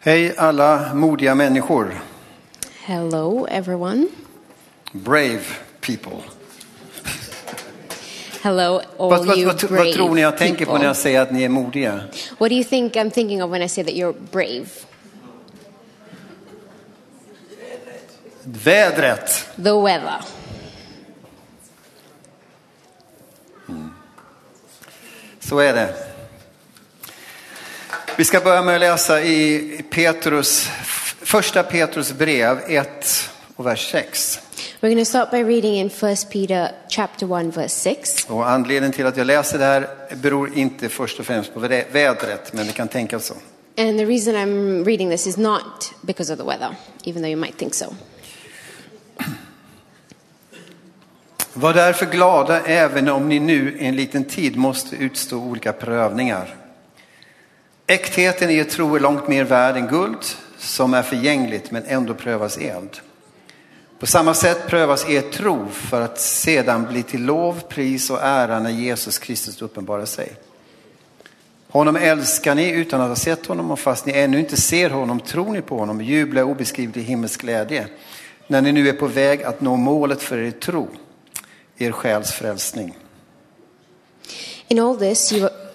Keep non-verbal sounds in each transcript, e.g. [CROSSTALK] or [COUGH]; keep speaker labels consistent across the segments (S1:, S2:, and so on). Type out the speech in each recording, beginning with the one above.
S1: Hej alla modiga människor,
S2: Hello, everyone.
S1: brave people.
S2: Hello, all
S1: Vad, vad,
S2: you
S1: vad,
S2: brave
S1: vad tror ni jag tänker på
S2: people.
S1: när jag säger att ni är modiga?
S2: What do you think I'm thinking of when I say that you're brave?
S1: Vädret.
S2: The weather.
S1: Så är det. Vi ska börja med att läsa i Petrus, första Petrus brev 1 och vers 6.
S2: We're going to start by reading in 1 Peter chapter 1 verse 6.
S1: Och anledningen till att jag läser det här beror inte först och främst på vä- vädret, men det kan tänkas så.
S2: And the reason I'm reading this is not because of the weather, even though you might think so.
S1: Var därför glada även om ni nu en liten tid måste utstå olika prövningar. Äktheten i er tro är långt mer värd än guld som är förgängligt men ändå prövas i eld. På samma sätt prövas er tro för att sedan bli till lov, pris och ära när Jesus Kristus uppenbarar sig. Honom älskar ni utan att ha sett honom och fast ni ännu inte ser honom tror ni på honom och jublar i obeskrivlig himmelsk glädje när ni nu är på väg att nå målet för er tro, er själs frälsning.
S2: In all this you,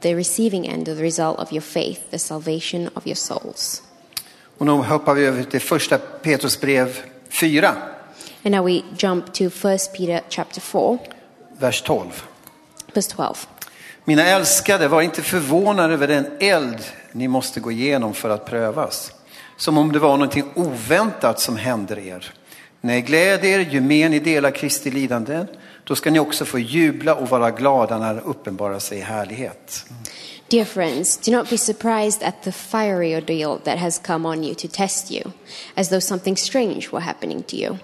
S2: the receiving end of the result of your faith, the salvation of your souls.
S1: Och nu hoppar vi över till första Petrus brev 4,
S2: And now we jump to 1 Peter chapter 4,
S1: vers 12.
S2: verse 12.
S1: Mina älskade, var inte förvånade över den eld ni måste gå igenom för att prövas. Som om det var någonting oväntat som händer er. Nej, gläd er ju mer ni delar Kristi lidanden. Då ska ni också få jubla och vara glada när det uppenbarar sig i härlighet.
S2: Dear friends, do not be surprised at the fiery ordeal that has come on you to test you, as though something strange were happening to you.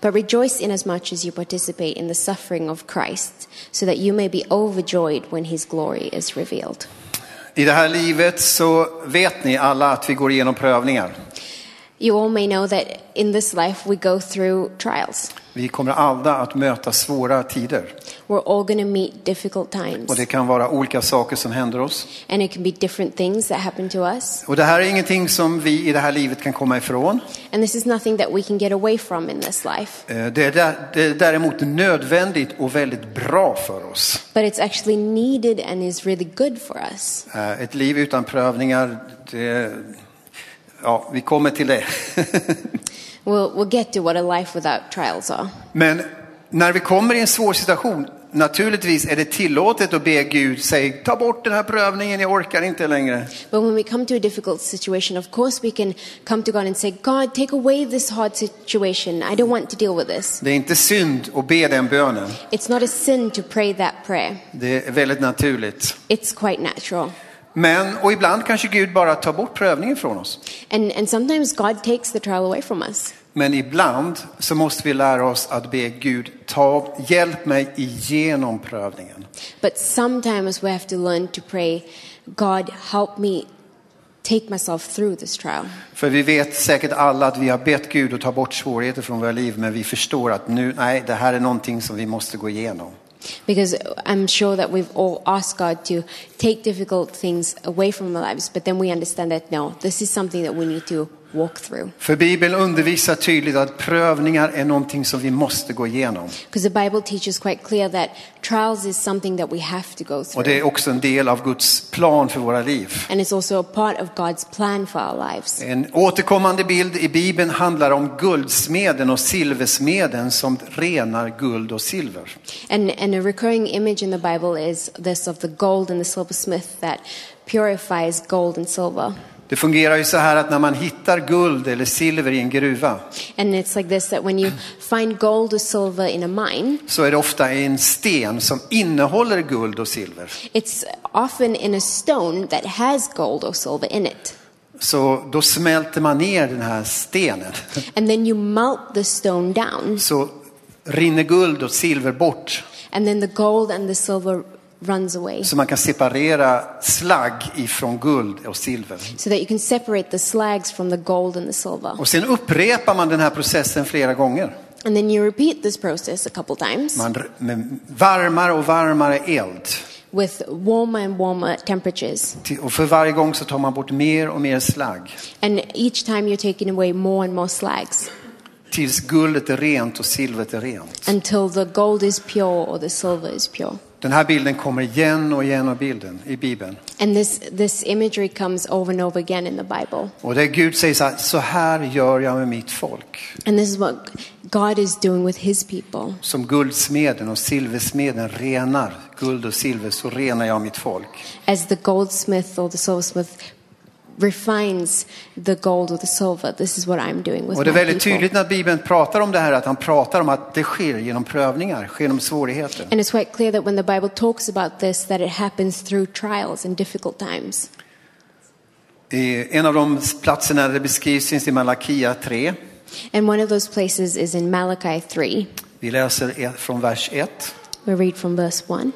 S2: But rejoice inasmuch as you participate in the suffering of Christ, so that you may be overjoyed when his glory is revealed.
S1: I det här livet så vet ni alla att vi går igenom prövningar.
S2: You all may know that in this life we go through trials.
S1: Vi kommer alla att möta svåra tider.
S2: We're all going to meet difficult times,
S1: Och det kan vara olika saker som händer oss.
S2: and it can be different things that happen to us.
S1: Och det här är ingenting som vi i det här livet kan komma ifrån.
S2: And this is nothing that we can get away from in this life.
S1: Eh, Det är dä- det är däremot nödvändigt och väldigt bra för oss.
S2: But it's actually needed and is really good for us.
S1: Eh, Ett liv utan prövningar, det, ja, vi kommer till det. [LAUGHS]
S2: We'll, we'll get to what a life without trials are.
S1: Men när vi kommer i en svår situation, naturligtvis är det tillåtet att be Gud, säg ta bort den här prövningen, jag orkar inte längre.
S2: But when we come to a difficult situation, of course we can come to God and say, God, take away this hard situation. I don't want to deal with this.
S1: Det är inte synd att be den bönen,
S2: It's not a sin to pray that prayer,
S1: det är väldigt naturligt.
S2: it's quite natural.
S1: Men, och ibland kanske Gud bara tar bort prövningen från oss.
S2: And, and sometimes God takes the trial away from us.
S1: Men ibland så måste vi lära oss att be Gud, ta, hjälp mig igenom prövningen.
S2: But sometimes we have to learn to pray, God, help me take myself through this trial.
S1: För vi vet säkert alla att vi har bett Gud att ta bort svårigheter från våra liv, men vi förstår att nu, nej, det här är någonting som vi måste gå igenom.
S2: Because I'm sure that we've all asked God to take difficult things away from our lives, but then we understand that no, this is something that we need to walk through.
S1: För Bibeln undervisar tydligt att prövningar är någonting som vi måste gå igenom.
S2: Because the Bible teaches quite clear that trials is something that we have to go
S1: Och det
S2: through.
S1: är också en del av Guds plan för våra liv.
S2: And it's also a part of God's plan for our lives.
S1: En återkommande bild i Bibeln handlar om guldsmeden och silversmeden som renar guld och silver.
S2: And, and a recurring image in the Bible is this of the gold and the silversmith that purifies gold and silver.
S1: Det fungerar ju så här att när man hittar guld eller silver i en gruva
S2: And it's like this that when you find gold or silver in a mine,
S1: så är det ofta en sten som innehåller guld och silver.
S2: It's often in a stone that has gold or silver in it.
S1: Så då smälter man ner den här stenen.
S2: and then you melt the stone down,
S1: Så rinner guld och silver bort.
S2: and then the gold and the silver runs away,
S1: Så man kan separera slagg ifrån guld och silver.
S2: so that you can separate the slags from the gold and the silver.
S1: Och sen upprepar man den här processen flera gånger.
S2: And then you repeat this process a couple times
S1: Man r- med varmare och varmare eld.
S2: with warmer and warmer temperatures.
S1: Till- Och för varje gång så tar man bort mer och mer slagg.
S2: And each time you're taking away more and more slags
S1: Tills guldet är rent och silvret är rent.
S2: until the gold is pure or the silver is pure.
S1: Den här bilden kommer igen och igen av bilden i Bibeln.
S2: And this, this imagery comes over and over again in the Bible.
S1: Och där Gud säger så här, så här gör jag med mitt folk.
S2: And this is what God is doing with his people.
S1: Som guldsmeden och silversmeden renar guld och silver så renar jag mitt folk.
S2: As the goldsmith or the silversmith refines the gold or the silver, this is what I'm doing with
S1: Och det är
S2: my
S1: väldigt
S2: people.
S1: tydligt när Bibeln pratar om det här att han pratar om att det sker genom prövningar, sker genom svårigheter.
S2: And it's quite clear that when the Bible talks about this, that it happens through trials and difficult times.
S1: Eh, En av de platserna där det beskrivs finns i Malakia 3.
S2: And one of those places is in Malachi 3.
S1: Vi läser e- från vers 1.
S2: We read from verse 1.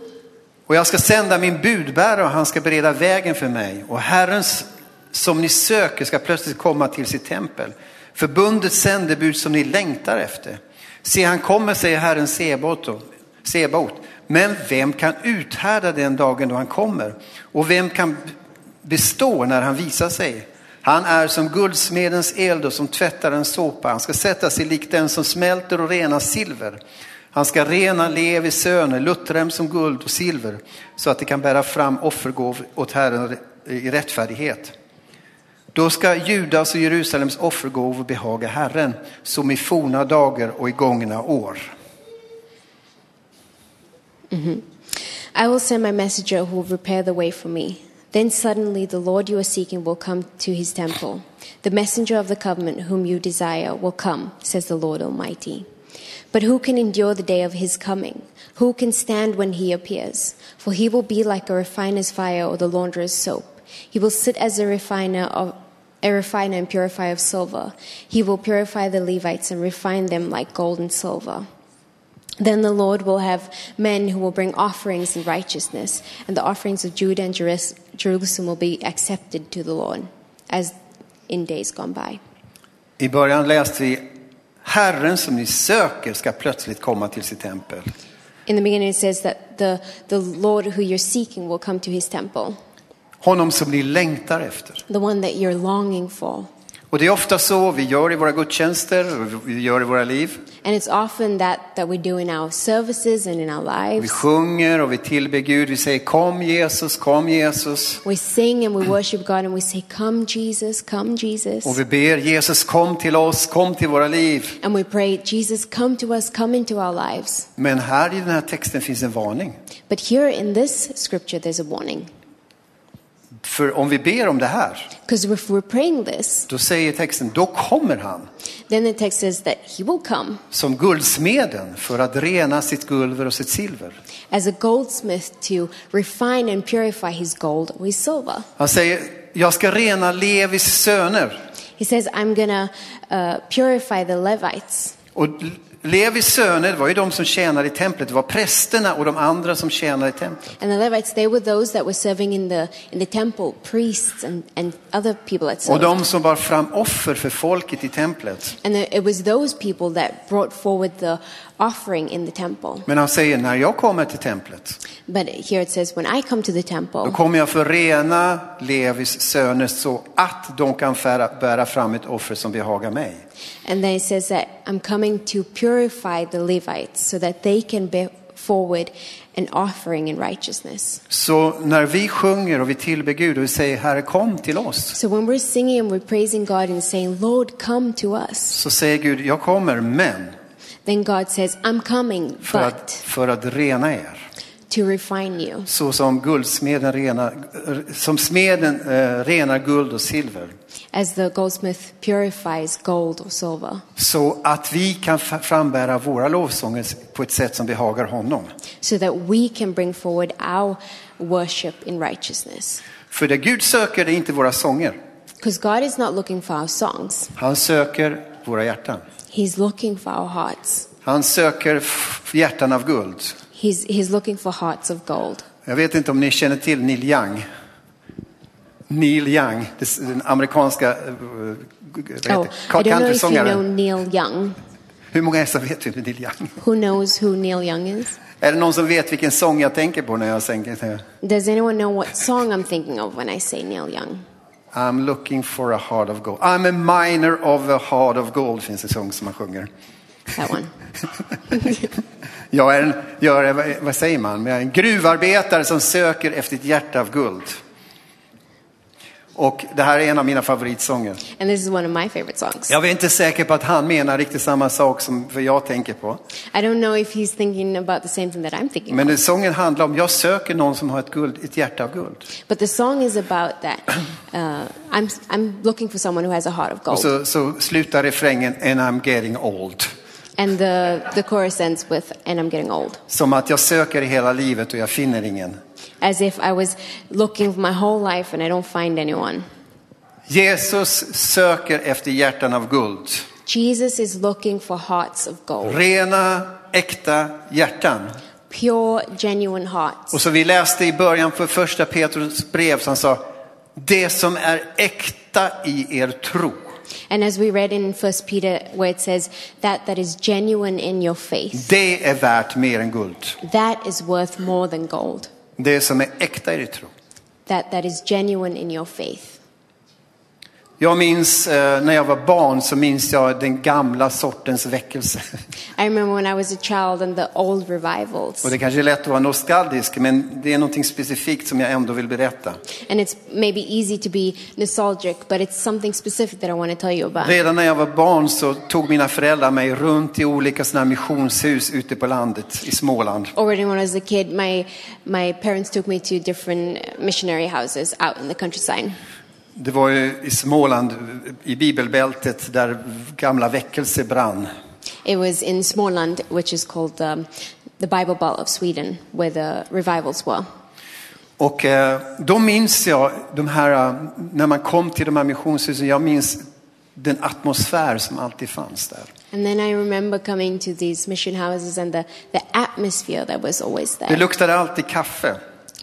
S1: Och jag ska sända min budbärare och han ska bereda vägen för mig. Och Herrens som ni söker ska plötsligt komma till sitt tempel. Förbundets sändebud som ni längtar efter. Se, han kommer, säger Herren Sebaot. Sebaot. Men vem kan uthärda den dagen då han kommer? Och vem kan bestå när han visar sig? Han är som guldsmedens eld och som tvättarens såpa. Han ska sätta sig likt den som smälter och renar silver. Han ska rena Levis söner, luttrem som guld och silver, så att de kan bära fram offergåvor åt Herren i rättfärdighet. Då ska Judas och Jerusalems offergåvor behaga Herren, som i forna dagar och i gångna år.
S2: I will send my messenger who will prepare the way for me. Then suddenly the Lord you are seeking will come to his temple. The messenger of the covenant whom you desire will come, says the Lord Almighty. But who can endure the day of his coming? Who can stand when he appears? For he will be like a refiner's fire or the launderer's soap. He will sit as a refiner of a refiner and purifier of silver. He will purify the Levites and refine them like gold and silver. Then the Lord will have men who will bring offerings in righteousness, and the offerings of Judah and Jeris- Jerusalem will be accepted to the Lord, as in days gone by.
S1: I början läste vi Herren som ni söker ska plötsligt komma till sitt tempel.
S2: In the beginning, it says that the, the Lord who you're seeking will come to his temple,
S1: Honom som ni längtar efter.
S2: the one that you're longing for.
S1: Och det är ofta så vi gör i våra gudstjänster, och vi gör i våra liv.
S2: And it's often that that we do in our services and in our
S1: Vi
S2: lives.
S1: sjunger och vi tillber Gud. Vi säger kom Jesus, kom Jesus.
S2: We sing and we worship God and we say, Come, Jesus, come, Jesus.
S1: Och vi ber Jesus kom till oss, kom till våra liv.
S2: And we pray, Jesus, come to us, come into our lives.
S1: Men här i den här texten finns en varning.
S2: But here in this scripture, there's a warning.
S1: För om vi ber om det här,
S2: Because if we're praying this,
S1: då säger texten, då kommer han
S2: then the text says that he will come
S1: som guldsmeden för att rena sitt guld och sitt silver.
S2: as a goldsmith to refine and purify his gold with silver.
S1: Han säger, jag ska rena Levis söner.
S2: He says, I'm going to uh, purify the Levites.
S1: Och Levis söner var ju de som tjänade i templet. Det var prästerna och de andra som tjänade i templet.
S2: And the Levites, they were those that were serving in the, in the temple, priests and, and other people that
S1: Och
S2: served.
S1: de som bar fram offer för folket i templet.
S2: And the, it was those people that brought forward the offering in the temple.
S1: Men han säger, när jag kommer till templet,
S2: But here it says, when I come to the
S1: då
S2: temple,
S1: kommer jag förena Levis söner så att de kan fära, bära fram ett offer som behagar mig.
S2: And then it says that I'm coming to purify the Levites so that they can bear forward an offering in righteousness.
S1: Så när vi sjunger och vi tillber Gud och vi säger, Herre kom till oss,
S2: So when we're singing and we're praising God and saying, Lord, come to us,
S1: så säger Gud, jag kommer, men
S2: then God says, I'm coming,
S1: för att,
S2: but
S1: för att rena er.
S2: to refine you.
S1: Så som guldsmeden renar, som smeden eh, renar guld och silver.
S2: As the goldsmith purifies gold or silver,
S1: Så att vi kan fa- frambära våra lovsånger på ett sätt som behagar honom.
S2: so that we can bring forward our worship in righteousness.
S1: För det Gud söker det är inte våra sånger.
S2: Because God is not looking for our songs,
S1: Han söker våra hjärtan.
S2: He's looking for our hearts.
S1: Han söker f- hjärtan av guld.
S2: He's, he's looking for hearts of gold.
S1: Jag vet inte om ni känner till Neil Young. Neil Young, det- den amerikanska eh, vad heter
S2: Oh,
S1: det?
S2: I don't know if you know
S1: countrysångaren.
S2: Neil Young.
S1: Hur många är det som vet vem Neil Young
S2: Who knows who Neil Young is?
S1: Är det någon som vet vilken sång jag tänker på när jag tänker
S2: Does anyone know what song I'm thinking of when I say Neil Young?
S1: I'm looking for a heart of gold. I'm a miner of a heart of gold, finns det en sång som man sjunger.
S2: That one.
S1: Jag är en, jag är, vad- vad säger man, jag är en gruvarbetare som söker efter ett hjärta av guld. Och det här är en av mina favoritsånger.
S2: And this is one of my favorite songs.
S1: Jag är inte säker på att han menar riktigt samma sak som för jag tänker på.
S2: I don't know if he's thinking about the same thing that I'm thinking
S1: Men den sången handlar om, jag söker någon som har ett, guld, ett hjärta av guld.
S2: But the song is about that. Uh, I'm, I'm looking for someone who has a heart of
S1: Och
S2: gold.
S1: så, så slutar refrängen, and I'm getting old.
S2: and the, the chorus ends with, and I'm getting old.
S1: Som att jag söker i hela livet och jag finner ingen.
S2: As if I was looking my whole life and I don't find anyone.
S1: Jesus söker efter hjärtan av guld.
S2: Jesus is looking for hearts of gold,
S1: Rena, äkta hjärtan.
S2: pure, genuine hearts.
S1: Och så vi läste i början på första Petrus brev som sa, det som är äkta i er tro.
S2: And as we read in First Peter, where it says, that that is genuine in your faith,
S1: Det är värt mer än guld.
S2: that is worth more than gold.
S1: Det som är äkta i din tro.
S2: That that is genuine in your faith.
S1: Jag minns eh, när jag var barn så minns jag den gamla sortens väckelse. [LAUGHS]
S2: I remember when I was a child and the old revivals.
S1: Och det kanske är lätt att vara nostalgisk men det är någonting specifikt som jag ändå vill berätta.
S2: And it's maybe easy to be nostalgic, but it's something specific that I want to tell you about.
S1: Redan när jag var barn så tog mina föräldrar mig runt i olika sådana här missionshus ute på landet i Småland.
S2: Already when I was a kid, my, my parents took me to different missionary houses out in the countryside.
S1: Det var ju i Småland, i bibelbältet, där gamla väckelser brann.
S2: It was in Småland, which is called um, the Bible Belt of Sweden, where the revivals were.
S1: Och eh, då minns jag de här, eh, när man kom till de här missionshusen, jag minns den atmosfär som alltid fanns där.
S2: And then I remember coming to these mission houses and the, the atmosphere that was always
S1: Det
S2: there.
S1: luktade alltid kaffe.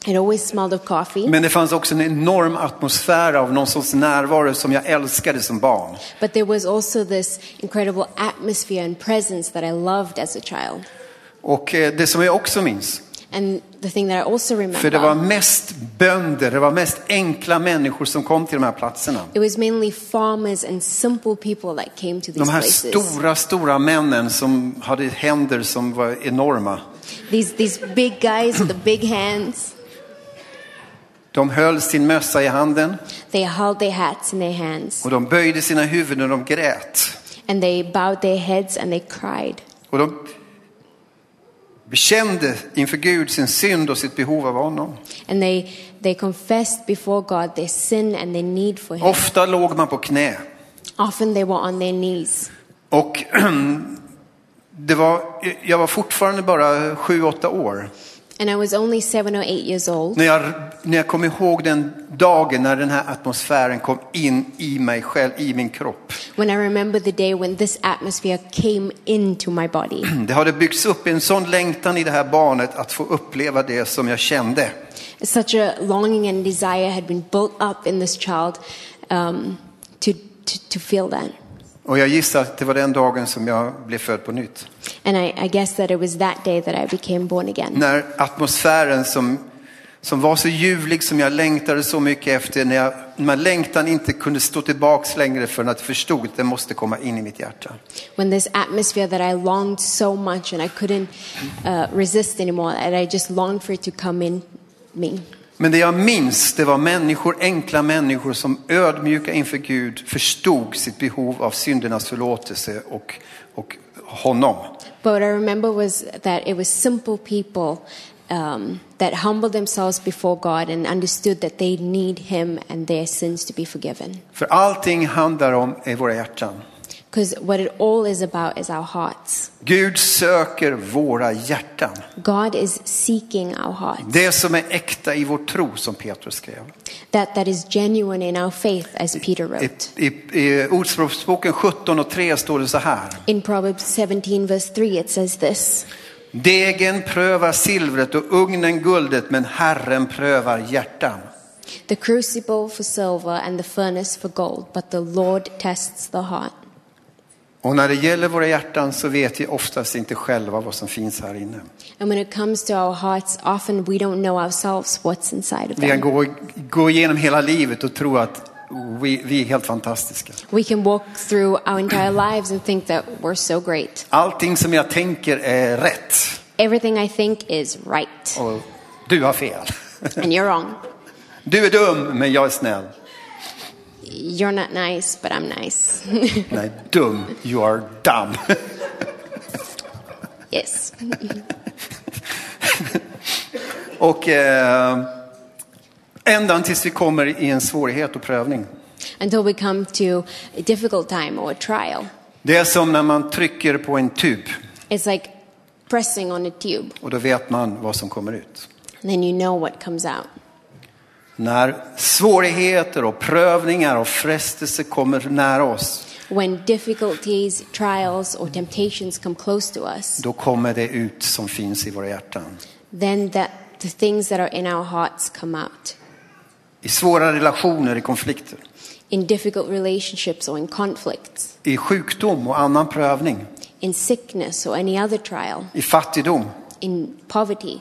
S2: It always smelled of coffee,
S1: Men det fanns också en enorm atmosfär av någon sorts närvaro som jag älskade som barn.
S2: but there was also this incredible atmosphere and presence that I loved as a child.
S1: Och eh, det som jag också minns,
S2: And the thing that I also
S1: för det var
S2: remember,
S1: mest bönder, det var mest enkla människor som kom till de här platserna.
S2: it was mainly farmers and simple people that came to these
S1: De här
S2: places.
S1: stora, stora männen som hade händer som var enorma.
S2: These, these big guys with the big hands,
S1: De höll sin mössa i handen
S2: they held their hats in their hands
S1: och de böjde sina huvuden och de grät.
S2: and they bowed their heads and they cried.
S1: Och de bekände inför Gud sin synd och sitt behov av honom.
S2: And they, they confessed before God their sin and their need for Him.
S1: Ofta låg man på knä.
S2: Often they were on their knees.
S1: Och [CLEARS THROAT] det var, jag var fortfarande bara sju, åtta år.
S2: And I was only seven or eight years old.
S1: När jag, när jag kom ihåg den dagen när den här atmosfären kom in i mig själv, i min kropp.
S2: When I remember the day when this atmosphere came into my body, [CLEARS THROAT]
S1: Det hade byggts upp en sån längtan i det här barnet att få uppleva det som jag kände.
S2: such a longing and desire had been built up in this child um, to, to, to feel that.
S1: Och jag gissar att det var den dagen som jag blev född på nytt.
S2: And I, I guess that it was that day that I became born again.
S1: När atmosfären som, som var så ljuvlig som jag längtade så mycket efter, när, jag, när längtan inte kunde stå tillbaks längre förrän att jag förstod att den måste komma in i mitt hjärta.
S2: When this atmosphere that I longed so much and I couldn't uh, resist anymore, and I just longed for it to come in me.
S1: Men det jag minns, det var människor, enkla människor som ödmjuka inför Gud förstod sitt behov av syndernas förlåtelse och, och honom.
S2: But what I remember was that it was simple people um, that humbled themselves before God and understood that they need Him and their sins to be forgiven.
S1: För allting handlar om i våra hjärtan.
S2: because what it all is about is our hearts.
S1: Gud söker våra hjärtan.
S2: God is seeking our hearts.
S1: Det som är äkta i vår tro, som Petrus skrev.
S2: That that is genuine in our faith, as Peter
S1: I,
S2: wrote.
S1: i, i Ordspråksboken 17 och 3 står det så här.
S2: In Proverbs 17, verse 3, it says this
S1: Degen prövar silvret och ugnen guldet, men Herren prövar hjärtan.
S2: The crucible for silver and the furnace for gold, but the Lord tests the heart.
S1: Och när det gäller våra hjärtan så vet vi oftast inte själva vad som finns här inne.
S2: And when it comes to our hearts, often we don't know ourselves what's inside of
S1: Vi kan
S2: them.
S1: gå, gå igenom hela livet och tro att vi, vi är helt fantastiska.
S2: We can walk through our entire lives and think that we're so great.
S1: Allting som jag tänker är rätt
S2: Everything I think is right,
S1: och du har fel.
S2: and you're wrong.
S1: Du är dum, men jag är snäll.
S2: You're not nice, but I'm nice.
S1: Nej, dum, you are dumb. [LAUGHS]
S2: yes.
S1: Och eh, ändan tills vi kommer i en svårighet och prövning.
S2: Until we come to a difficult time or a trial.
S1: Det är som när man trycker på en tub
S2: It's like pressing on a tube,
S1: och då vet man vad som kommer ut.
S2: and then you know what comes out.
S1: När svårigheter och prövningar och frestelser kommer nära oss,
S2: When difficulties, trials, or temptations come close to us,
S1: då kommer det ut som finns i våra hjärtan.
S2: then that the things that are in our hearts come out.
S1: I svåra relationer, i konflikter,
S2: In difficult relationships or in conflicts,
S1: i sjukdom och annan prövning,
S2: in sickness or any other trial,
S1: i fattigdom.
S2: in poverty.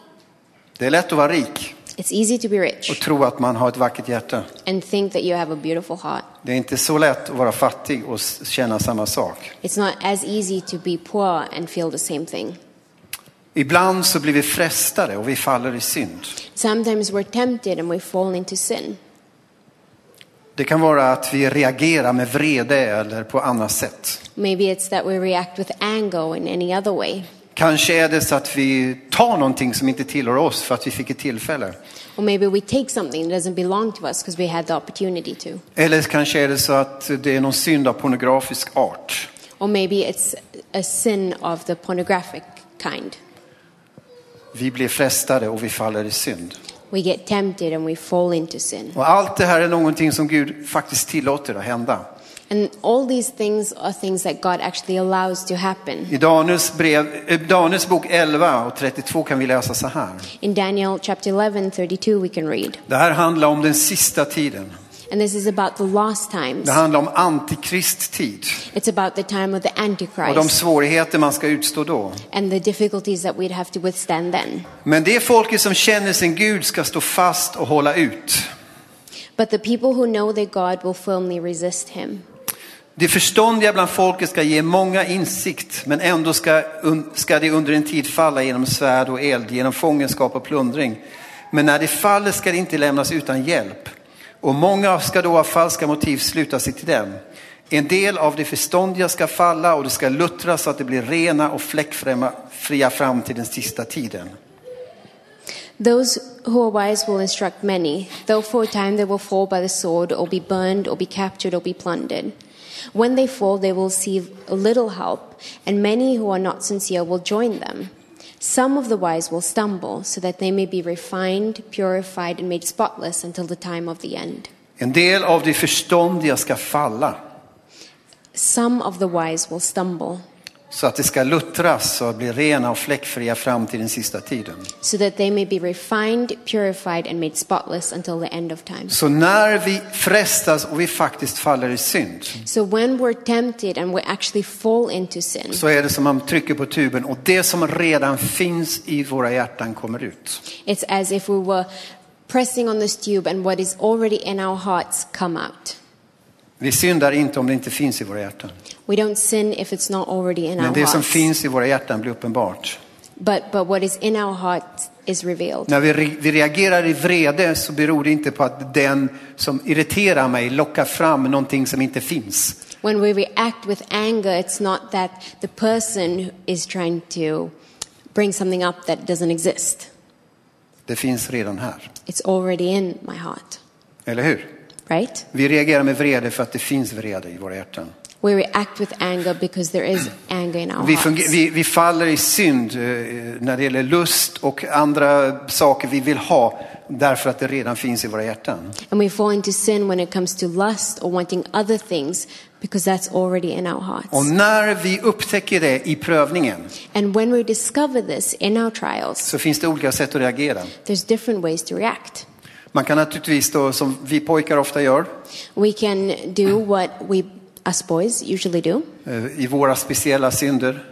S1: Det är lätt att vara rik
S2: It's easy to be
S1: och
S2: rich
S1: tro att man har ett vackert hjärta.
S2: and think that you have a beautiful heart.
S1: Det är inte så lätt att vara fattig och s- känna samma sak.
S2: It's not as easy to be poor and feel the same thing.
S1: Ibland så blir vi frestade och vi faller i synd.
S2: Sometimes we're tempted and we fall into sin.
S1: Det kan vara att vi reagerar med vrede eller på annat sätt.
S2: Maybe it's that we react with anger or in any other way.
S1: Kanske är det så att vi tar någonting som inte tillhör oss för att vi fick ett tillfälle.
S2: Or maybe we take something that doesn't belong to us because we had the opportunity to.
S1: Eller kanske är det så att det är någon synd av pornografisk art.
S2: Or maybe it's a sin of the pornographic kind.
S1: Vi blir frestade och vi faller i synd.
S2: We get tempted and we fall into sin.
S1: Och allt det här är någonting som Gud faktiskt tillåter att hända.
S2: And all these things are things that God actually allows to happen.
S1: I Daniels, brev, eh, Daniels bok 11 och 32 kan vi läsa så här.
S2: In Daniel chapter 11, 32, we can read.
S1: Det här handlar om den sista tiden.
S2: And this is about the last times.
S1: Det handlar om antikristtid
S2: It's about the time of the
S1: och de
S2: Antichrist
S1: svårigheter man ska utstå då.
S2: and the difficulties that we'd have to withstand then.
S1: Men det folket som känner sin Gud ska stå fast och hålla ut.
S2: But the people who know their God will firmly resist him.
S1: Det förståndiga bland folket ska ge många insikt, men ändå ska, un, ska det under en tid falla genom svärd och eld, genom fångenskap och plundring. Men när det faller ska det inte lämnas utan hjälp. Och många ska då av falska motiv sluta sig till dem. En del av det förståndiga ska falla och det ska luttras så att det blir rena och fläckfria fram till den sista tiden.
S2: Those who are wise will instruct many, though for a time they will fall by the sword, or be burned, or be captured, or be plundered. When they fall, they will receive little help, and many who are not sincere will join them. Some of the wise will stumble, so that they may be refined, purified, and made spotless until the time of the end.
S1: En del av det förståndiga ska falla
S2: Some of the wise will stumble,
S1: så att det ska luttras och bli rena och fläckfria fram till den sista tiden.
S2: so that they may be refined, purified, and made spotless until the end of time.
S1: Så när vi frestas och vi faktiskt faller i synd
S2: So when we're tempted and we actually fall into sin,
S1: så är det som man trycker på tuben och det som redan finns i våra hjärtan kommer ut.
S2: It's as if we were pressing on this tube and what is already in our hearts come out.
S1: Vi syndar inte om det inte finns i våra hjärtan.
S2: We don't sin if it's not already in
S1: Men
S2: our
S1: det som
S2: hearts.
S1: finns i våra hjärtan blir uppenbart.
S2: But but what is in our hearts is revealed.
S1: När vi, re- vi reagerar i vrede så beror det inte på att den som irriterar mig lockar fram någonting som inte finns.
S2: When we react with anger, it's not that the person is trying to bring something up that doesn't exist.
S1: Det finns redan här.
S2: It's already in my heart,
S1: Eller hur?
S2: right?
S1: Vi reagerar med vrede för att det finns vrede i våra hjärtan.
S2: We react with anger because there is anger in our
S1: Vi,
S2: hearts.
S1: funger- vi, vi faller i synd eh, när det gäller lust och andra saker vi vill ha därför att det redan finns i våra hjärtan.
S2: And we fall into sin when it comes to lust or wanting other things because that's already in our hearts.
S1: Och när vi upptäcker det i prövningen
S2: And when we discover this in our trials,
S1: så finns det olika sätt att reagera.
S2: there's different ways to react.
S1: Man kan naturligtvis då, som vi pojkar ofta gör,
S2: We can do what we us boys usually do
S1: eh, i våra speciella synder.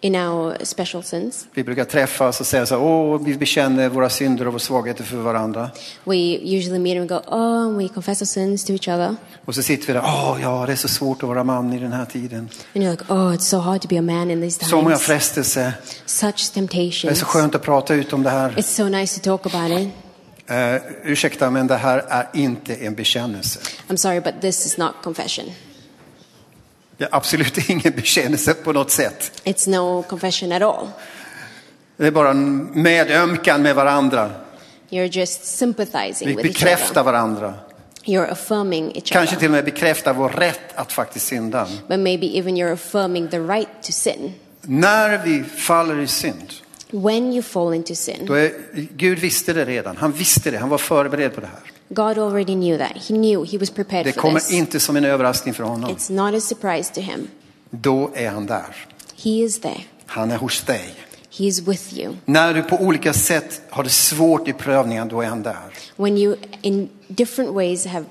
S2: in our special sins.
S1: Vi brukar träffas och säga så här, åh, vi bekänner våra synder och våra svagheter för varandra.
S2: We usually meet and we go, oh, and we confess our sins to each other.
S1: Och så sitter vi där, åh, ja, det är så svårt att vara man i den här tiden.
S2: And you're like, oh, it's so hard to be a man in these
S1: Så många
S2: times.
S1: frestelser,
S2: Such
S1: det är
S2: temptations.
S1: så skönt att prata ut om det här.
S2: It's so nice to talk about it.
S1: Eh, ursäkta, men det här är inte en bekännelse.
S2: I'm sorry, but this is not confession.
S1: Det är absolut [LAUGHS] ingen bekännelse på något sätt.
S2: It's no confession at all.
S1: Det är bara en medömkan med varandra.
S2: You're just sympathizing
S1: Vi
S2: with each
S1: bekräftar
S2: other.
S1: varandra.
S2: You're affirming each
S1: Kanske
S2: other.
S1: till och med bekräftar vår rätt att faktiskt synda.
S2: But maybe even you're affirming the right to sin.
S1: När vi faller i synd,
S2: When you fall into sin,
S1: då är, Gud visste det redan. Han visste det, han var förberedd på det här.
S2: God already knew that. He knew. He was prepared
S1: Det
S2: for
S1: kommer
S2: this.
S1: inte som en överraskning för honom.
S2: It's not a surprise to him.
S1: Då är han där.
S2: He is there.
S1: Han är hos dig.
S2: He is with you.
S1: När du på olika sätt har det svårt i prövningen, då är han där.
S2: When you, in different ways, have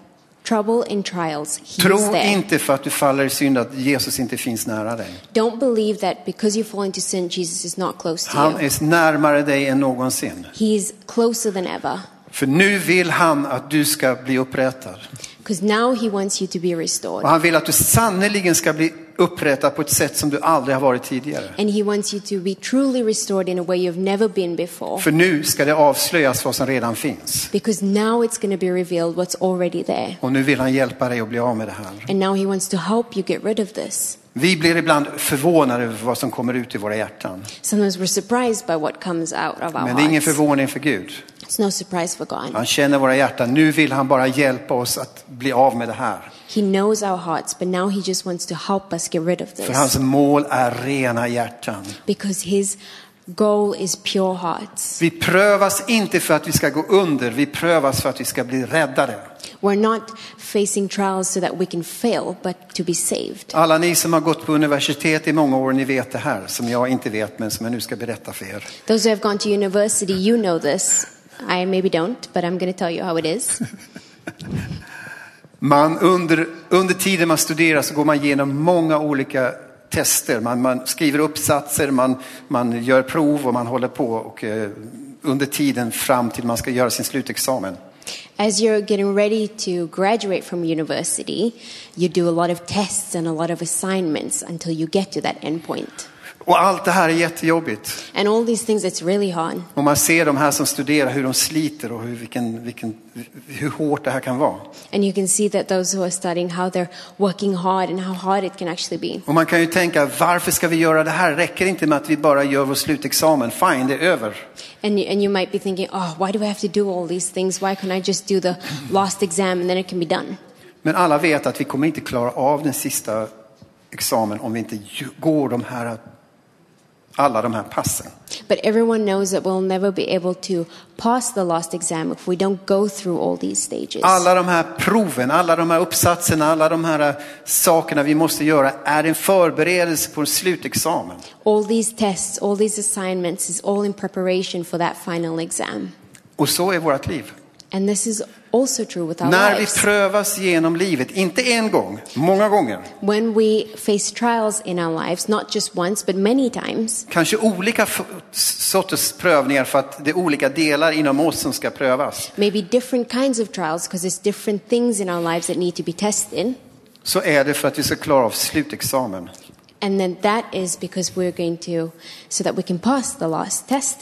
S2: trouble in trials, He is
S1: Tro
S2: there.
S1: inte för att du faller i synd att Jesus inte finns nära dig.
S2: Don't believe that because you fall into sin, Jesus is not close to
S1: Han
S2: you.
S1: är närmare dig än någonsin.
S2: He is closer than ever
S1: För nu vill han att du ska bli upprättad.
S2: because now He wants you to be restored.
S1: Och han vill att du sannerligen ska bli upprättad på ett sätt som du aldrig har varit tidigare.
S2: And He wants you to be truly restored in a way you've never been before
S1: För nu ska det avslöjas vad som redan finns.
S2: because now it's going to be revealed what's already there.
S1: Och nu vill han hjälpa dig att bli av med det här.
S2: And now He wants to help you get rid of this.
S1: Vi blir ibland förvånade över vad som kommer ut i våra hjärtan.
S2: Sometimes we're surprised by what comes out of our
S1: Men det är ingen
S2: hearts.
S1: förvåning för Gud.
S2: It's no surprise for God.
S1: Han känner våra hjärtan. Nu vill han bara hjälpa oss att bli av med det här.
S2: He knows our hearts, but now He just wants to help us get rid of
S1: För
S2: this
S1: hans mål är rena hjärtan.
S2: because His goal is pure hearts.
S1: Vi prövas inte för att vi ska gå under, vi prövas för att vi ska bli räddade.
S2: We're not facing trials so that we can fail, but to be saved.
S1: Alla ni som har gått på universitet i många år, ni vet det här, som jag inte vet men som jag nu ska berätta för er.
S2: Those who have gone to university, you know this. I maybe don't, but I'm going to tell you how it is.
S1: Man, under, under tiden man studerar så går man igenom många olika tester. Man, man skriver uppsatser, man, man gör prov och man håller på och, eh, under tiden fram till man ska göra sin slutexamen.
S2: As you're getting ready to graduate from university, you do a lot of tests and a lot of assignments until you get to that end point.
S1: Och allt det här är jättejobbigt.
S2: And all these things, it's really hard.
S1: Och man ser de här som studerar hur de sliter och hur, vilken, vilken, hur hårt det här kan vara.
S2: And you can see that those who are studying, how they're working hard and how hard it can actually be.
S1: Och man kan ju tänka, varför ska vi göra det här? Räcker det inte med att vi bara gör vår slutexamen? Fine, det är över.
S2: And you, and you might be thinking, oh, why do I have to do all these things? Why can't I just do the last exam and then it can be done?
S1: Men alla vet att vi kommer inte klara av den sista examen om vi inte ju- går de här, alla de här passen.
S2: But everyone knows that we'll never be able to pass the last exam if we don't go through all these stages.
S1: Alla de här proven, alla de här uppsatserna, alla de här eh, sakerna vi måste göra är en förberedelse på en slutexamen.
S2: All these tests, all these assignments is all in preparation for that final exam.
S1: Och så är vårt liv.
S2: And this is also true with our
S1: När vi
S2: lives.
S1: prövas genom livet, inte en gång, många gånger,
S2: When we face trials in our lives, not just once, but many times,
S1: kanske olika f- sorters prövningar för att det är olika delar inom oss som ska prövas,
S2: maybe different kinds of trials because there's different things in our lives that need to be tested.
S1: så är det för att vi ska klara av slutexamen.
S2: And then that is because we're going to, so that we can pass the last test.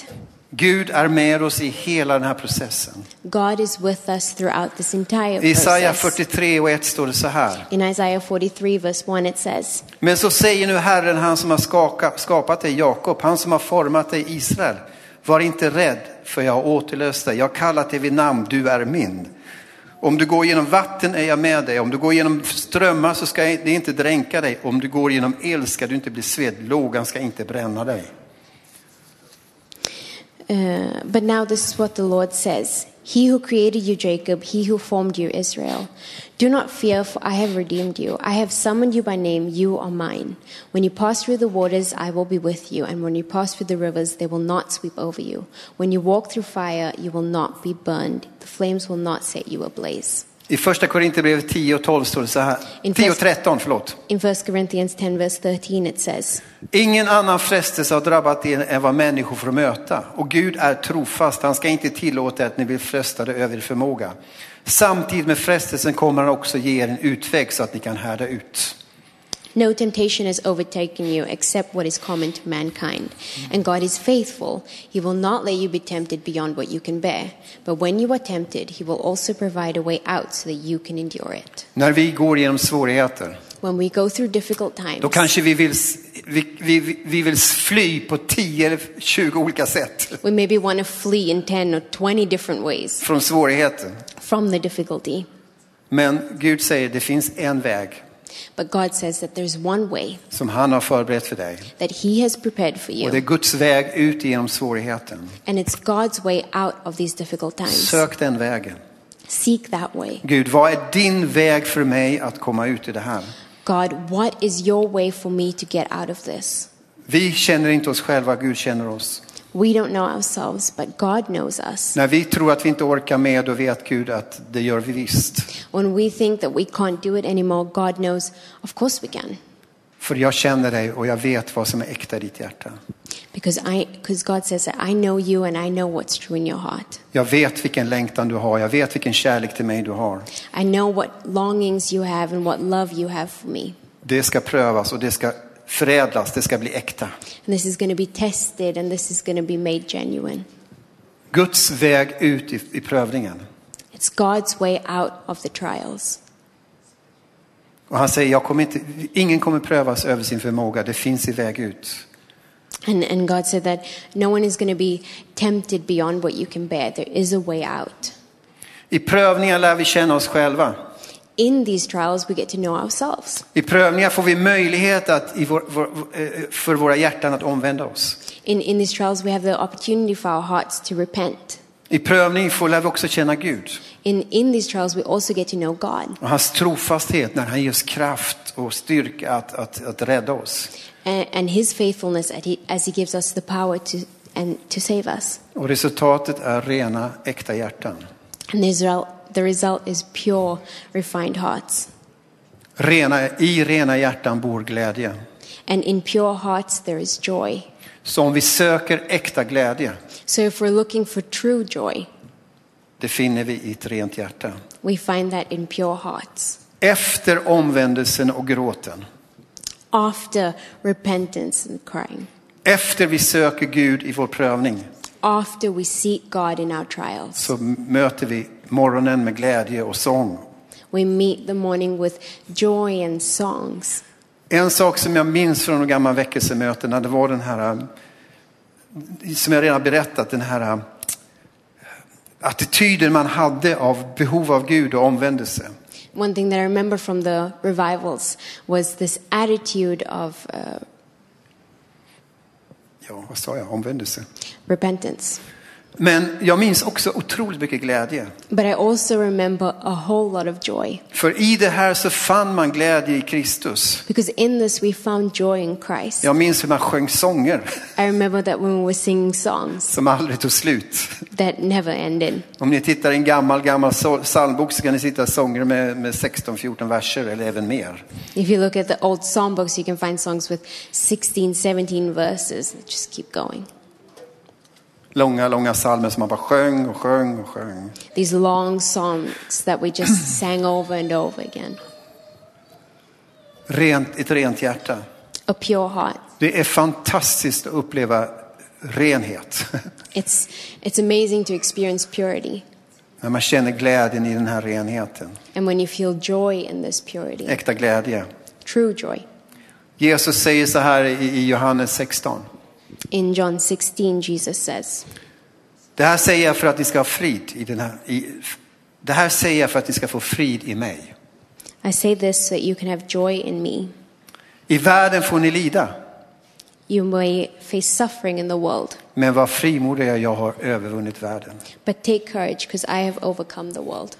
S1: Gud är med oss i hela den här processen.
S2: God is with us throughout this entire
S1: I Jesaja
S2: process.
S1: 43 och 1 står det så här.
S2: In Isaiah 43, verse 1, it says,
S1: Men så säger nu Herren, han som har skaka, skapat dig, Jakob, han som har format dig, Israel. Var inte rädd, för jag har återlöst dig. Jag har kallat dig vid namn, du är min. Om du går genom vatten är jag med dig. Om du går genom strömmar så ska det inte dränka dig. Om du går genom eld ska du inte bli svedd. Lågan ska inte bränna dig.
S2: Uh, but now this is what the Lord says He who created you, Jacob, he who formed you, Israel. Do not fear, for I have redeemed you. I have summoned you by name, you are mine. When you pass through the waters, I will be with you, and when you pass through the rivers, they will not sweep over you. When you walk through fire, you will not be burned, the flames will not set you ablaze.
S1: I första Korinthierbrevet 10 och 12 står det så här.
S2: In
S1: 10 och
S2: first-
S1: 13, förlåt.
S2: In 1 Corinthians 10, verse 13, it says,
S1: Ingen annan frestelse har drabbat er än vad människor får möta. Och Gud är trofast, han ska inte tillåta att ni blir frestade över er förmåga. Samtidigt med frestelsen kommer han också ge er en utväg så att ni kan härda ut.
S2: No temptation has overtaken you except what is common to mankind. And God is faithful. He will not let you be tempted beyond what you can bear. But when you are tempted, He will also provide a way out so that you can endure it.
S1: När vi går igenom svårigheter,
S2: When we go through difficult times,
S1: då kanske vi vill, vi, vi, vi vill fly på 10 eller 20 olika sätt
S2: we maybe want to flee in 10 or 20 different ways
S1: från svårigheten.
S2: from the difficulty.
S1: Men Gud säger, det finns en väg
S2: But God says that there's one way
S1: som han har förberett för dig.
S2: that He has prepared for you,
S1: Och det är Guds väg ut genom svårigheten.
S2: and it's God's way out of these difficult times.
S1: Sök den vägen.
S2: Seek that way.
S1: Gud, vad är din väg för mig att komma ut ur det här?
S2: God, what is your way for me to get out of this?
S1: Vi känner inte oss själva, Gud känner oss.
S2: We don't know ourselves, but God knows us.
S1: När vi tror att vi inte orkar med, då vet Gud att det gör vi visst.
S2: When we think that we can't do it anymore, God knows, of course we can.
S1: För jag känner dig och jag vet vad som är äkta i ditt hjärta.
S2: Because I, because God says that I know you and I know what's true in your heart.
S1: Jag vet vilken längtan du har, jag vet vilken kärlek till mig du har.
S2: I know what longings you have and what love you have for me.
S1: Det ska prövas och det ska förädlas, det ska bli äkta.
S2: And this is going to be tested and this is going to be made genuine.
S1: Guds väg ut i, i prövningen.
S2: It's God's way out of the trials.
S1: Och han säger, jag kommer inte, ingen kommer prövas över sin förmåga, det finns en väg ut.
S2: And, and God said that no one is going to be tempted beyond what you can bear. There is a way out.
S1: I prövningar lär vi känna oss själva.
S2: In these trials, we get to know ourselves.
S1: I prövningar får vi möjlighet att, i vår, vår, eh, för våra hjärtan att omvända oss.
S2: In, in these trials, we have the opportunity for our hearts to repent.
S1: I prövning får lär vi också känna Gud
S2: In, in these trials, we also get to know God
S1: och hans trofasthet när han ger oss kraft och styrka att, att, att rädda oss.
S2: and, and His faithfulness as he, as he gives us the power to, and to save us.
S1: Och resultatet är rena, äkta hjärtan.
S2: And the result, the result is pure, refined hearts.
S1: Rena, I rena hjärtan bor glädje.
S2: And in pure hearts, there is joy.
S1: Så om vi söker äkta glädje,
S2: So if we're looking for true joy,
S1: det finner vi i ett rent hjärta.
S2: we find that in pure hearts.
S1: Efter omvändelsen och gråten,
S2: After repentance and crying,
S1: efter vi söker Gud i vår prövning,
S2: after we seek God in our trials,
S1: så möter vi morgonen med glädje och sång.
S2: we meet the morning with joy and songs.
S1: En sak som jag minns från de gamla väckelsemötena, det var den här, eh, som jag redan berättat, den här eh, attityden man hade av behov av Gud och omvändelse.
S2: One thing that I remember from the revivals was this attitude of uh,
S1: Ja, vad sa jag? Omvändelse.
S2: repentance.
S1: Men jag minns också otroligt mycket glädje.
S2: But I also remember a whole lot of joy
S1: För i det här så fann man glädje i Kristus.
S2: because in this we found joy in Christ.
S1: Jag minns hur man sjöng sånger
S2: I remember that when we were singing songs
S1: som aldrig tog slut.
S2: that never ended.
S1: Om ni tittar i en gammal, gammal so- psalmbok så kan ni sitta sånger med, med 16-14 verser eller även mer.
S2: If you look at the old songbooks, you can find songs with 16, 17 verses that just keep going.
S1: Långa, långa psalmer som man bara sjöng och sjöng och sjöng.
S2: These long songs that we just sang over and over again.
S1: Rent, ett rent hjärta.
S2: A pure heart.
S1: Det är fantastiskt att uppleva renhet. [LAUGHS]
S2: It's, it's amazing to experience purity.
S1: När man känner glädjen i den här renheten.
S2: And when you feel joy in this purity,
S1: Äkta glädje.
S2: true joy.
S1: Jesus säger så här i, i Johannes 16.
S2: In John 16, Jesus says,
S1: Det här säger jag för att ni ska ha frid i den här, i, Det här säger jag för att ni ska få frid i mig.
S2: I say this so that you can have joy in me.
S1: I världen får ni lida,
S2: You may face suffering in the world,
S1: men var frimodiga, jag har övervunnit världen.
S2: but take courage because I have overcome the world.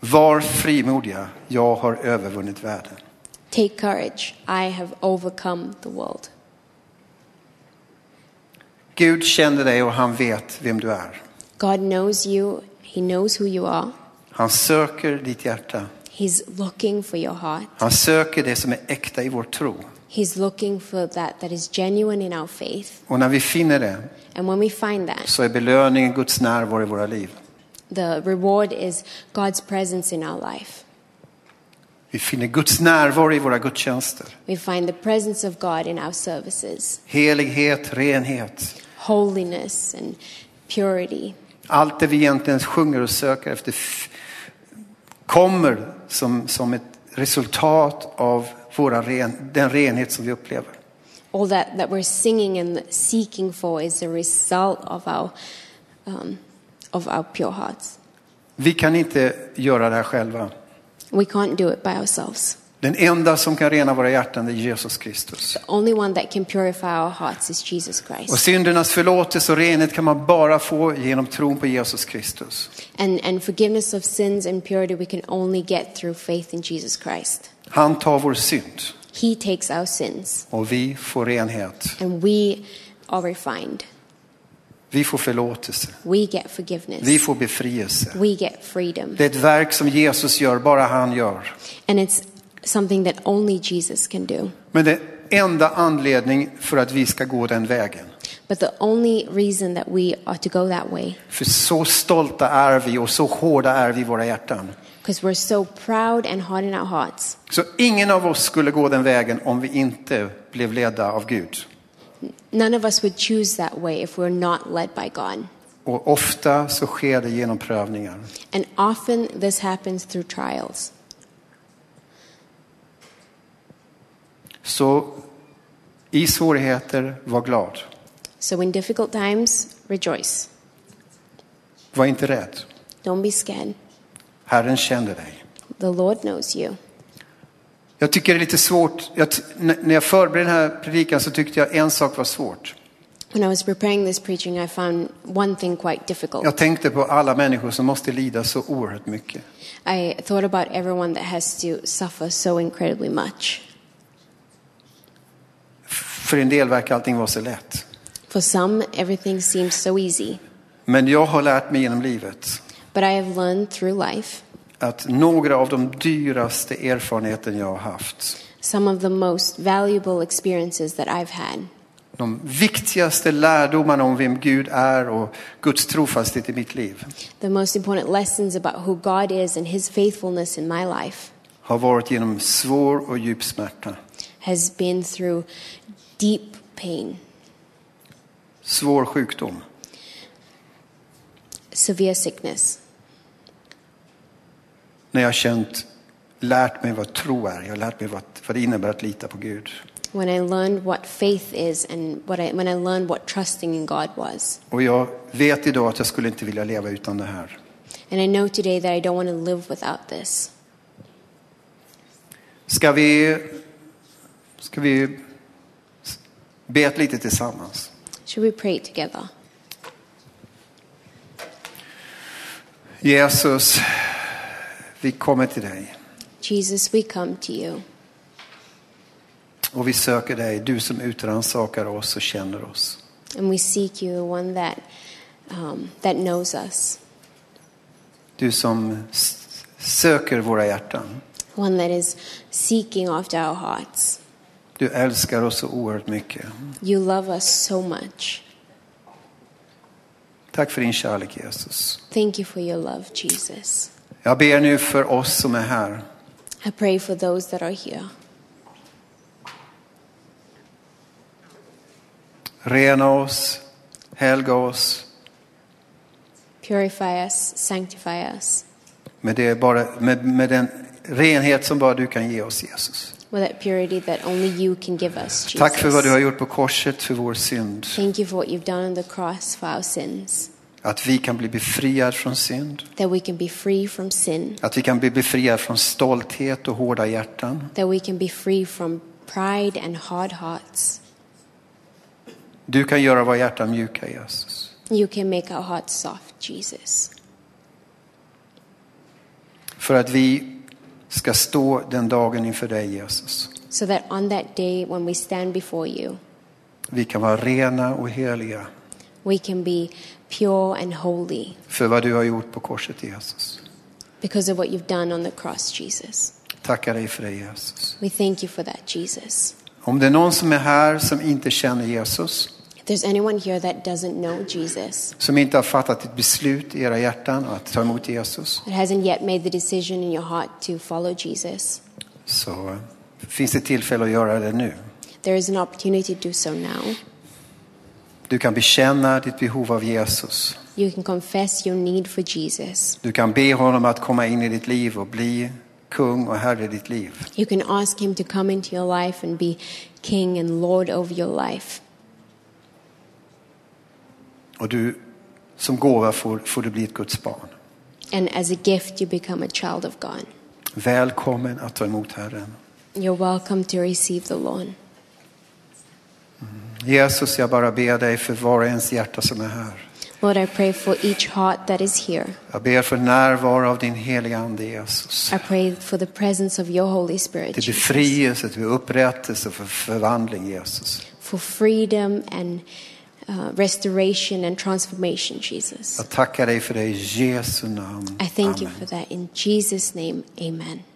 S1: Var frimodiga, jag har övervunnit världen.
S2: Take courage. I have overcome the world.
S1: Gud känner dig och han vet vem du är.
S2: God knows you. He knows who you are.
S1: Han söker ditt hjärta.
S2: He's looking for your heart.
S1: Han söker det som är äkta i vår tro.
S2: He's looking for that that is genuine in our faith.
S1: Och när vi finner det
S2: And when we find that,
S1: så är belöningen Guds närvaro i våra liv.
S2: the reward is God's presence in our life.
S1: Vi finner Guds närvaro i våra gudstjänster.
S2: We find the presence of God in our services,
S1: Helighet, renhet.
S2: holiness and purity.
S1: Allt det vi egentligen sjunger och söker efter f- kommer som, som ett resultat av våra ren, den renhet som vi upplever.
S2: All that, that we're singing and seeking for is the result of our, um, of our pure hearts.
S1: Vi kan inte göra det här själva.
S2: We can't do it by ourselves.
S1: Den enda som kan rena våra hjärtan det är Jesus Kristus.
S2: Only one that can purify our hearts is Jesus
S1: Och
S2: Christ.
S1: syndernas förlåtelse och renhet kan man bara få genom tron på Jesus Kristus.
S2: And, and forgiveness of sins and purity we can only get through faith in Jesus Christ.
S1: Han tar vår synd
S2: He takes our sins,
S1: och vi får renhet.
S2: and we are refined.
S1: Vi får förlåtelse.
S2: We get
S1: Vi
S2: forgiveness.
S1: får befrielse.
S2: We get freedom.
S1: Det är ett verk som Jesus gör, bara han gör.
S2: And it's something that only Jesus can do.
S1: Men det enda anledning för att vi ska gå den vägen.
S2: But the only reason that we are to go that way,
S1: För så stolta är vi och så hårda är vi i våra hjärtan.
S2: because we're so proud and hard in our hearts,
S1: Så ingen av oss skulle gå den vägen om vi inte blev ledda av Gud.
S2: none of us would choose that way if we're not led by God.
S1: Och ofta så sker det genom prövningar.
S2: And often this happens through trials.
S1: Så i svårigheter, var glad.
S2: So in difficult times, rejoice.
S1: Var inte rädd.
S2: Don't be scared.
S1: Herren känner dig.
S2: The Lord knows you.
S1: Jag tycker det är lite svårt. Jag, t- n- när jag förberedde den här predikan så tyckte jag en sak var svårt.
S2: When I was preparing this preaching, I found one thing quite difficult.
S1: Jag tänkte på alla människor som måste lida så oerhört mycket.
S2: I thought about everyone that has to suffer so incredibly much.
S1: För en del verkar allting vara så lätt.
S2: For some, everything seems so easy.
S1: Men jag har lärt mig genom livet
S2: But I have learned through life
S1: att några av de dyraste erfarenheterna jag har haft,
S2: some of the most valuable experiences that I've had,
S1: de viktigaste lärdomarna om vem Gud är och Guds trofasthet i mitt liv,
S2: the most important lessons about who God is and His faithfulness in my life,
S1: har varit genom svår och djup smärta.
S2: has been through deep pain,
S1: Svår sjukdom,
S2: severe sickness,
S1: när jag har känt, lärt mig vad tro är. Jag har lärt mig vad, vad det innebär att lita på Gud.
S2: when I learned what faith is and what I, when I learned what trusting in God was.
S1: Och jag vet idag att jag skulle inte vilja leva utan det här.
S2: And I know today that I don't want to live without this.
S1: Ska vi, ska vi be ett lite tillsammans?
S2: Should we pray together?
S1: Jesus, vi kommer till dig
S2: Jesus, we come to you.
S1: och vi söker dig, du som utrannsakar oss och känner oss.
S2: And we seek you, the one that, um, that knows us,
S1: Du som s- söker våra hjärtan.
S2: one that is seeking after our hearts.
S1: Du älskar oss så oerhört mycket.
S2: You love us so much.
S1: Tack för din kärlek Jesus.
S2: Thank you for your love, Jesus.
S1: Jag ber nu för oss som är här.
S2: I pray for those that are here.
S1: Rena oss, helga oss.
S2: Purify us, sanctify us
S1: Med, det bara, med, med den renhet som bara du kan ge oss Jesus.
S2: with that purity that only you can give us, Jesus.
S1: Tack för vad du har gjort på korset för vår synd.
S2: Thank you for what you've done on the cross for our sins,
S1: Att vi kan bli befriad från synd.
S2: that we can be free from sin,
S1: Att vi kan bli befriad från stolthet och hårda hjärtan.
S2: that we can be free from pride and hard hearts.
S1: Du kan göra våra hjärtan mjuka, Jesus.
S2: You can make our hearts soft, Jesus,
S1: För att vi ska stå den dagen inför dig, Jesus.
S2: so that on that day when we stand before you,
S1: Vi kan vara rena och heliga
S2: we can be pure and holy
S1: för vad du har gjort på korset, Jesus.
S2: because of what you've done on the cross, Jesus.
S1: Tackar dig för det, Jesus.
S2: We thank you for that, Jesus.
S1: Om det är någon som är här som inte känner Jesus,
S2: If there's anyone here that doesn't know Jesus,
S1: som inte har fattat ett beslut i era hjärtan att ta emot Jesus,
S2: that hasn't yet made the decision in your heart to follow Jesus,
S1: så eh, finns det tillfälle att göra det nu.
S2: there is an opportunity to do so now.
S1: Du kan bekänna ditt behov av Jesus.
S2: You can confess your need for Jesus.
S1: Du kan be honom att komma in i ditt liv och bli kung och herre i ditt liv.
S2: You can ask Him to come into your life and be King and Lord over your life.
S1: Och du, som gåva får, får du bli ett Guds barn.
S2: And as a gift, you become a child of God.
S1: Välkommen att ta emot Herren.
S2: You're welcome to receive the Lord.
S1: Jesus, jag bara ber dig för var och ens hjärta som är här.
S2: Lord, I pray for each heart that is here.
S1: Jag ber för närvaro av din heliga Ande, Jesus.
S2: I pray for the presence of your Holy Spirit,
S1: Till
S2: Jesus.
S1: befrielse, till upprättelse, för förvandling, Jesus.
S2: for freedom and uh, restoration and transformation, Jesus.
S1: Jag tackar dig för det i Jesu namn.
S2: I thank you
S1: Amen.
S2: for that. In Jesus' name, amen.